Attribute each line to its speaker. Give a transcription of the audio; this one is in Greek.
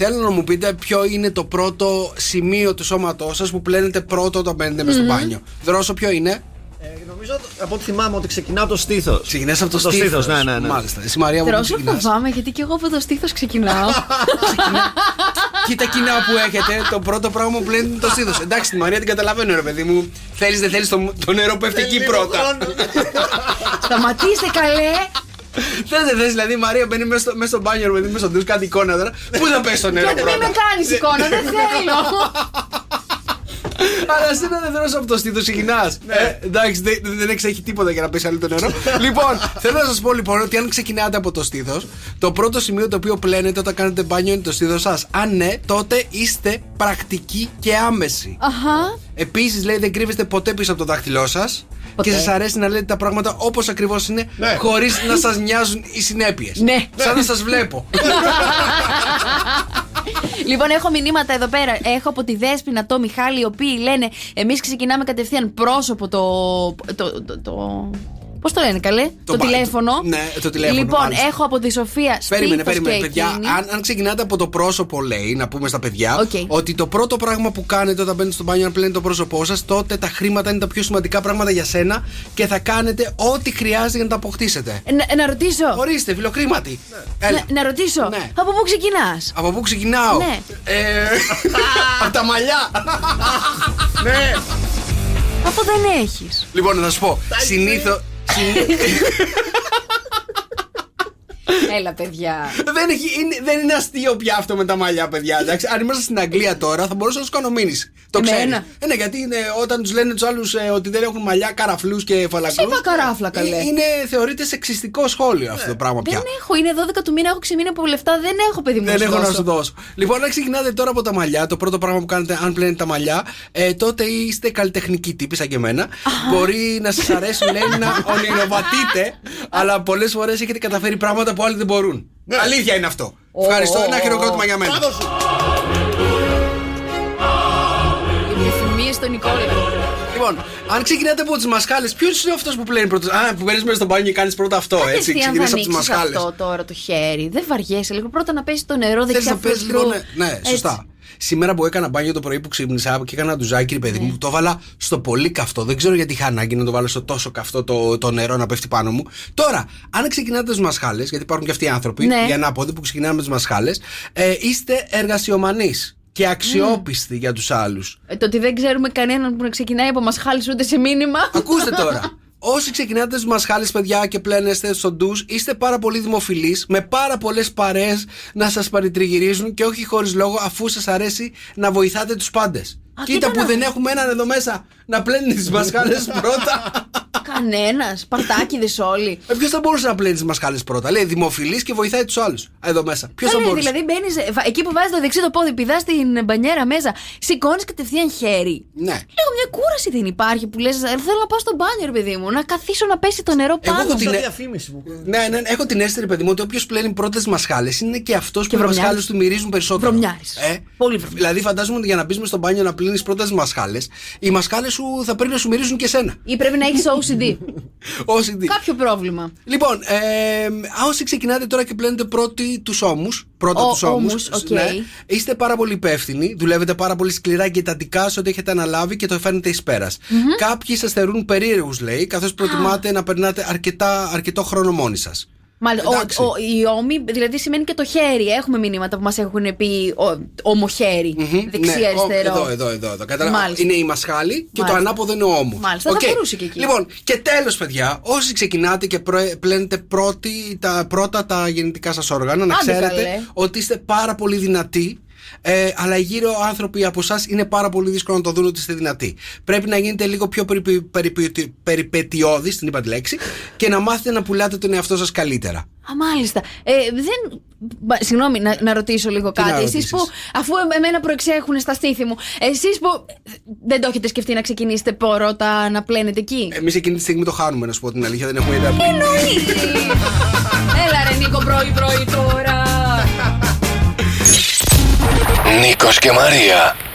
Speaker 1: Θέλω να μου πείτε ποιο είναι το πρώτο σημείο του σώματός σας που πλένετε πρώτο όταν μπαίνετε μες στο μπάνιο. Δρόσο, ποιο είναι.
Speaker 2: Ε, νομίζω από ό,τι θυμάμαι ότι ξεκινά από το στήθος.
Speaker 1: Ξεκινάς από το, στήθος.
Speaker 2: στήθος. Ναι, ναι, ναι.
Speaker 1: Μάλιστα. Εσύ Μαρία μου
Speaker 3: Δρόσο
Speaker 1: ξεκινάς.
Speaker 3: φοβάμαι γιατί και εγώ από το στήθος ξεκινάω.
Speaker 1: Κοίτα κοινά που έχετε, το πρώτο πράγμα που πλένετε είναι το στήθος. Εντάξει, τη Μαρία την καταλαβαίνω, ρε παιδί μου. Θέλεις, δεν θέλεις το, το νερό
Speaker 2: ναι.
Speaker 1: πέφτει
Speaker 2: Ε,
Speaker 1: εκεί πρώτα.
Speaker 3: Σταματήστε
Speaker 1: Ε,
Speaker 3: καλέ!
Speaker 1: Θες, δεν θες, δηλαδή η Μαρία μπαίνει μέσα στο, μέσα στο μπάνιο, ρε παιδί μου, μέσα στο ντους, κάτι εικόνα τώρα. Πού θα πέσει το νερό
Speaker 3: Γιατί μην
Speaker 1: πρώτα.
Speaker 3: με κάνεις εικόνα, δεν θέλω.
Speaker 1: Αλλά εσύ να δεν δρόσο από το στήθος, ξεκινάς. Εντάξει, δεν, δεν εξέχει τίποτα για να πέσει άλλο το νερό. λοιπόν, θέλω να σας πω λοιπόν ότι αν ξεκινάτε από το στήθος, το πρώτο σημείο το οποίο πλένετε όταν κάνετε μπάνιο είναι το στήθος σας. Αν ναι, τότε είστε πρακτικοί και άμεση.
Speaker 3: Αχα.
Speaker 1: Επίσης, λέει, δεν κρύβεστε ποτέ πίσω από το δάχτυλό σας και σας αρέσει να λέτε τα πράγματα όπως ακριβώς είναι,
Speaker 2: Ναι.
Speaker 1: χωρίς να σας νοιάζουν οι συνέπειες.
Speaker 3: Ναι.
Speaker 1: Σαν να σας βλέπω.
Speaker 3: Λοιπόν, έχω μηνύματα εδώ πέρα. Έχω από τη Δέσποινα, το Μιχάλη, οι οποίοι λένε Εμείς ξεκινάμε κατευθείαν πρόσωπο το. το, το, το Πώς το λένε, καλέ? Το,
Speaker 1: μπα-
Speaker 3: τηλέφωνο.
Speaker 1: το- ναι, το τηλέφωνο,
Speaker 3: Λοιπόν,
Speaker 1: μάλιστα.
Speaker 3: έχω από τη Σοφία.
Speaker 1: Περίμενε,
Speaker 3: στήθος
Speaker 1: περίμενε,
Speaker 3: και
Speaker 1: παιδιά.
Speaker 3: εκείνη.
Speaker 1: Αν, αν ξεκινάτε από το πρόσωπο, λέει, να πούμε στα παιδιά,
Speaker 3: Οκ.
Speaker 1: ότι το πρώτο πράγμα που κάνετε όταν μπαίνετε στο μπάνιο, αν πλένετε το πρόσωπό σας, τότε τα χρήματα είναι τα πιο σημαντικά πράγματα για σένα και θα κάνετε ό,τι χρειάζεται για να τα αποκτήσετε.
Speaker 3: Να, να ρωτήσω.
Speaker 1: Ορίστε, φιλοκρίματι. Έλα.
Speaker 3: Να, να ρωτήσω.
Speaker 1: Ναι.
Speaker 3: Από πού ξεκινάς.
Speaker 1: Από πού ξεκινάω,
Speaker 3: Ναι.
Speaker 1: ε, Από τα μαλλιά.
Speaker 2: Ναι,
Speaker 3: Αφού δεν έχεις.
Speaker 1: λοιπόν, να σας πω. Συνήθω.
Speaker 3: Έλα, παιδιά.
Speaker 1: Δεν, έχει, είναι, δεν είναι αστείο πια αυτό με τα μαλλιά, παιδιά. Εντάξει. Αν ήμασταν στην Αγγλία τώρα, θα μπορούσα να τους κάνω μήνυση. Το
Speaker 3: Εμένα.
Speaker 1: ξέρει. Ε, ναι, γιατί είναι, όταν τους λένε τους άλλους ότι δεν έχουν μαλλιά, καραφλούς και φαλακρού.
Speaker 3: Ψήφα καράφλα, καλέ.
Speaker 1: Είναι, θεωρείται σεξιστικό σχόλιο αυτό το πράγμα πια.
Speaker 3: Δεν έχω, είναι 12 του μήνα, έχω ξεμείνει από λεφτά, δεν έχω παιδί μου.
Speaker 1: Δεν
Speaker 3: σου
Speaker 1: Ναι, έχω να
Speaker 3: δώσω.
Speaker 1: σου δώσω. Λοιπόν, αν ξεκινάτε τώρα από τα μαλλιά, το πρώτο πράγμα που κάνετε, αν πλένετε τα μαλλιά, ε, τότε είστε καλλιτεχνικοί τύποι, σαν και εμένα. Μπορεί να σας αρέσουν, λέει, να ονειροβατείτε, αλλά πολλές φορές έχετε καταφέρει πράγματα που άλλοι δεν μπορούν.
Speaker 3: Ναι.
Speaker 1: Αλήθεια είναι αυτό. Ευχαριστώ. Ένα χειροκρότημα για μένα.
Speaker 2: Άδω σου.
Speaker 3: Οι διαφημίε στον Νικόλα.
Speaker 1: Λοιπόν, αν ξεκινάτε από τις μασχάλε, ποιος είναι αυτός που πλένει πρώτο. Α, που παίρνεις μέσα στο μπάνιο και κάνεις πρώτα αυτό. Έτσι, ξεκινά
Speaker 3: Κατευθείαν θα
Speaker 1: από τις
Speaker 3: ανοίξεις
Speaker 1: μασχάλε.
Speaker 3: αυτό τώρα το χέρι. Δεν βαριέσαι λίγο. Πρώτα να πέσεις το νερό,
Speaker 1: Θέλει
Speaker 3: δεξιά
Speaker 1: να παίζει λίγο.
Speaker 3: φρουρού.
Speaker 1: Ναι, ναι
Speaker 3: Έτσι.
Speaker 1: σωστά. Σήμερα που έκανα μπάνιο το πρωί που ξύπνησα και έκανα ντουζάκι, ρε
Speaker 3: Ναι.
Speaker 1: παιδί μου, το έβαλα στο πολύ καυτό. Δεν ξέρω γιατί είχα ανάγκη να το βάλω στο τόσο καυτό το, το νερό να πέφτει πάνω μου. Τώρα, αν ξεκινάτε τις μασχάλες, γιατί υπάρχουν και αυτοί οι άνθρωποι,
Speaker 3: Ναι.
Speaker 1: για να απόδει που ξεκινάνε με τις μασχάλες, ε, είστε εργασιομανείς και αξιόπιστοι για τους άλλους.
Speaker 3: Ε, Το ότι δεν ξέρουμε κανέναν που να ξεκινάει από μασχάλες ούτε σε μήνυμα.
Speaker 1: Ακούστε τώρα. Όσοι ξεκινάτε στου μασχάλε, παιδιά, και πλένεστε στο ντους, είστε πάρα πολύ δημοφιλείς, με πάρα πολλές παρέες να σας παρητριγυρίζουν και όχι χωρίς λόγο, αφού σας αρέσει να βοηθάτε τους πάντες.
Speaker 3: Α,
Speaker 1: Κοίτα
Speaker 3: κοίτα
Speaker 1: που
Speaker 3: να
Speaker 1: δεν
Speaker 3: δεις.
Speaker 1: έχουμε έναν εδώ μέσα να πλένεις τι μασχάλε πρώτα.
Speaker 3: Κανένας. Παρτάκιδες όλοι.
Speaker 1: Ποιος θα μπορούσε να πλένεις τι μασχάλε πρώτα. Λέει δημοφιλή και βοηθάει τους άλλους. Εδώ μέσα. Ποιος θα
Speaker 3: Καλέ,
Speaker 1: μπορούσε.
Speaker 3: δηλαδή μπαίνεις εκεί που βάζεις το δεξί το πόδι, πηδάς την μπανιέρα μέσα, σηκώνεις κατευθείαν χέρι.
Speaker 1: Ναι.
Speaker 3: Λίγο μια κούραση δεν υπάρχει που λες: Θέλω να πάω στο μπάνιο, ρε παιδί μου, να καθίσω να πέσει το νερό
Speaker 1: Εγώ
Speaker 3: πάνω.
Speaker 1: έχω
Speaker 3: μου».
Speaker 1: την-
Speaker 2: Σαν
Speaker 1: Ναι.
Speaker 2: διαφήμιση μου.
Speaker 1: Ναι, ναι, ναι, έχω την αίσθηση, ρε παιδί μου, ότι όποιος πλένει πρώτες μασχάλε είναι και αυτός που οι
Speaker 3: βρωμιάρης.
Speaker 1: μασχάλε του μυρίζουν περισσότερο.
Speaker 3: Βρωμιάρης.
Speaker 1: Ε,
Speaker 3: Πολύ βρωμιάρης.
Speaker 1: Δηλαδή, φαντάζομαι ότι για να μπεις μες στο μπάνιο να πλύνεις πρώτα τι μασχάλε, οι μασχάλε σου θα πρέπει να σου μυρίζουν και σένα.
Speaker 3: Ή πρέπει να έχεις OCD.
Speaker 1: Όσοι δει.
Speaker 3: Κάποιο πρόβλημα.
Speaker 1: Λοιπόν, ε, α, όσοι ξεκινάτε τώρα και πλένετε πρώτοι τους ώμους, πρώτα
Speaker 3: Ο-
Speaker 1: τους ώμους,
Speaker 3: ώμους, οκ.
Speaker 1: είστε πάρα πολύ υπεύθυνοι, δουλεύετε πάρα πολύ σκληρά και εντατικά σε ό,τι έχετε αναλάβει και το φέρνετε εις πέρας. Κάποιοι σας θεωρούν περίεργους, λέει, καθώς προτιμάτε να περνάτε αρκετά, αρκετό χρόνο μόνοι σας.
Speaker 3: Μάλιστα.
Speaker 1: Εντάξει.
Speaker 3: Ο, ο, η όμη, δηλαδή σημαίνει και το χέρι. Έχουμε μηνύματα που μας έχουν πει ο, ομοχέρι.
Speaker 1: Μμμ. Ναι, ο-
Speaker 3: Δεξί-αριστερό.
Speaker 1: Εδώ, εδώ, εδώ. εδώ. Κατάλαβα.
Speaker 3: Μάλιστα.
Speaker 1: Είναι η μασχάλη και το
Speaker 3: Μάλιστα.
Speaker 1: ανάποδο είναι ο ώμος.
Speaker 3: Μάλιστα, θα μπορούσε και εκεί.
Speaker 1: Λοιπόν, και τέλος, παιδιά, όσοι ξεκινάτε και προε- πλένετε πρώτη, τα, πρώτα τα γεννητικά σας όργανα, να
Speaker 3: Άντε
Speaker 1: ξέρετε
Speaker 3: καλέ.
Speaker 1: ότι είστε πάρα πολύ δυνατοί. Ε, αλλά οι γύρω άνθρωποι από εσάς είναι πάρα πολύ δύσκολο να το δουν ότι είστε δυνατοί. Πρέπει να γίνετε λίγο πιο περιπε, περιπε- περιπετειώδεις, την είπα τη λέξη, και να μάθετε να πουλάτε τον εαυτό σας καλύτερα.
Speaker 3: Α, μάλιστα. Ε, δεν... Μπα, Συγγνώμη, να, να ρωτήσω λίγο
Speaker 1: Τι να
Speaker 3: κάτι. Εσείς
Speaker 1: ρωτήσεις?
Speaker 3: που, αφού εμ- εμένα προεξέχουν στα στήθη μου, εσείς που δεν το έχετε σκεφτεί να ξεκινήσετε πρώτα να πλένετε εκεί.
Speaker 1: Εμείς εκείνη τη στιγμή το χάνουμε, να σου πω την αλήθεια, δεν έχουμε ιδέα.
Speaker 3: Εννοεί! Έλα ρε Νίκο πρωί-πρωί τώρα.
Speaker 4: Νίκος και Μαρία.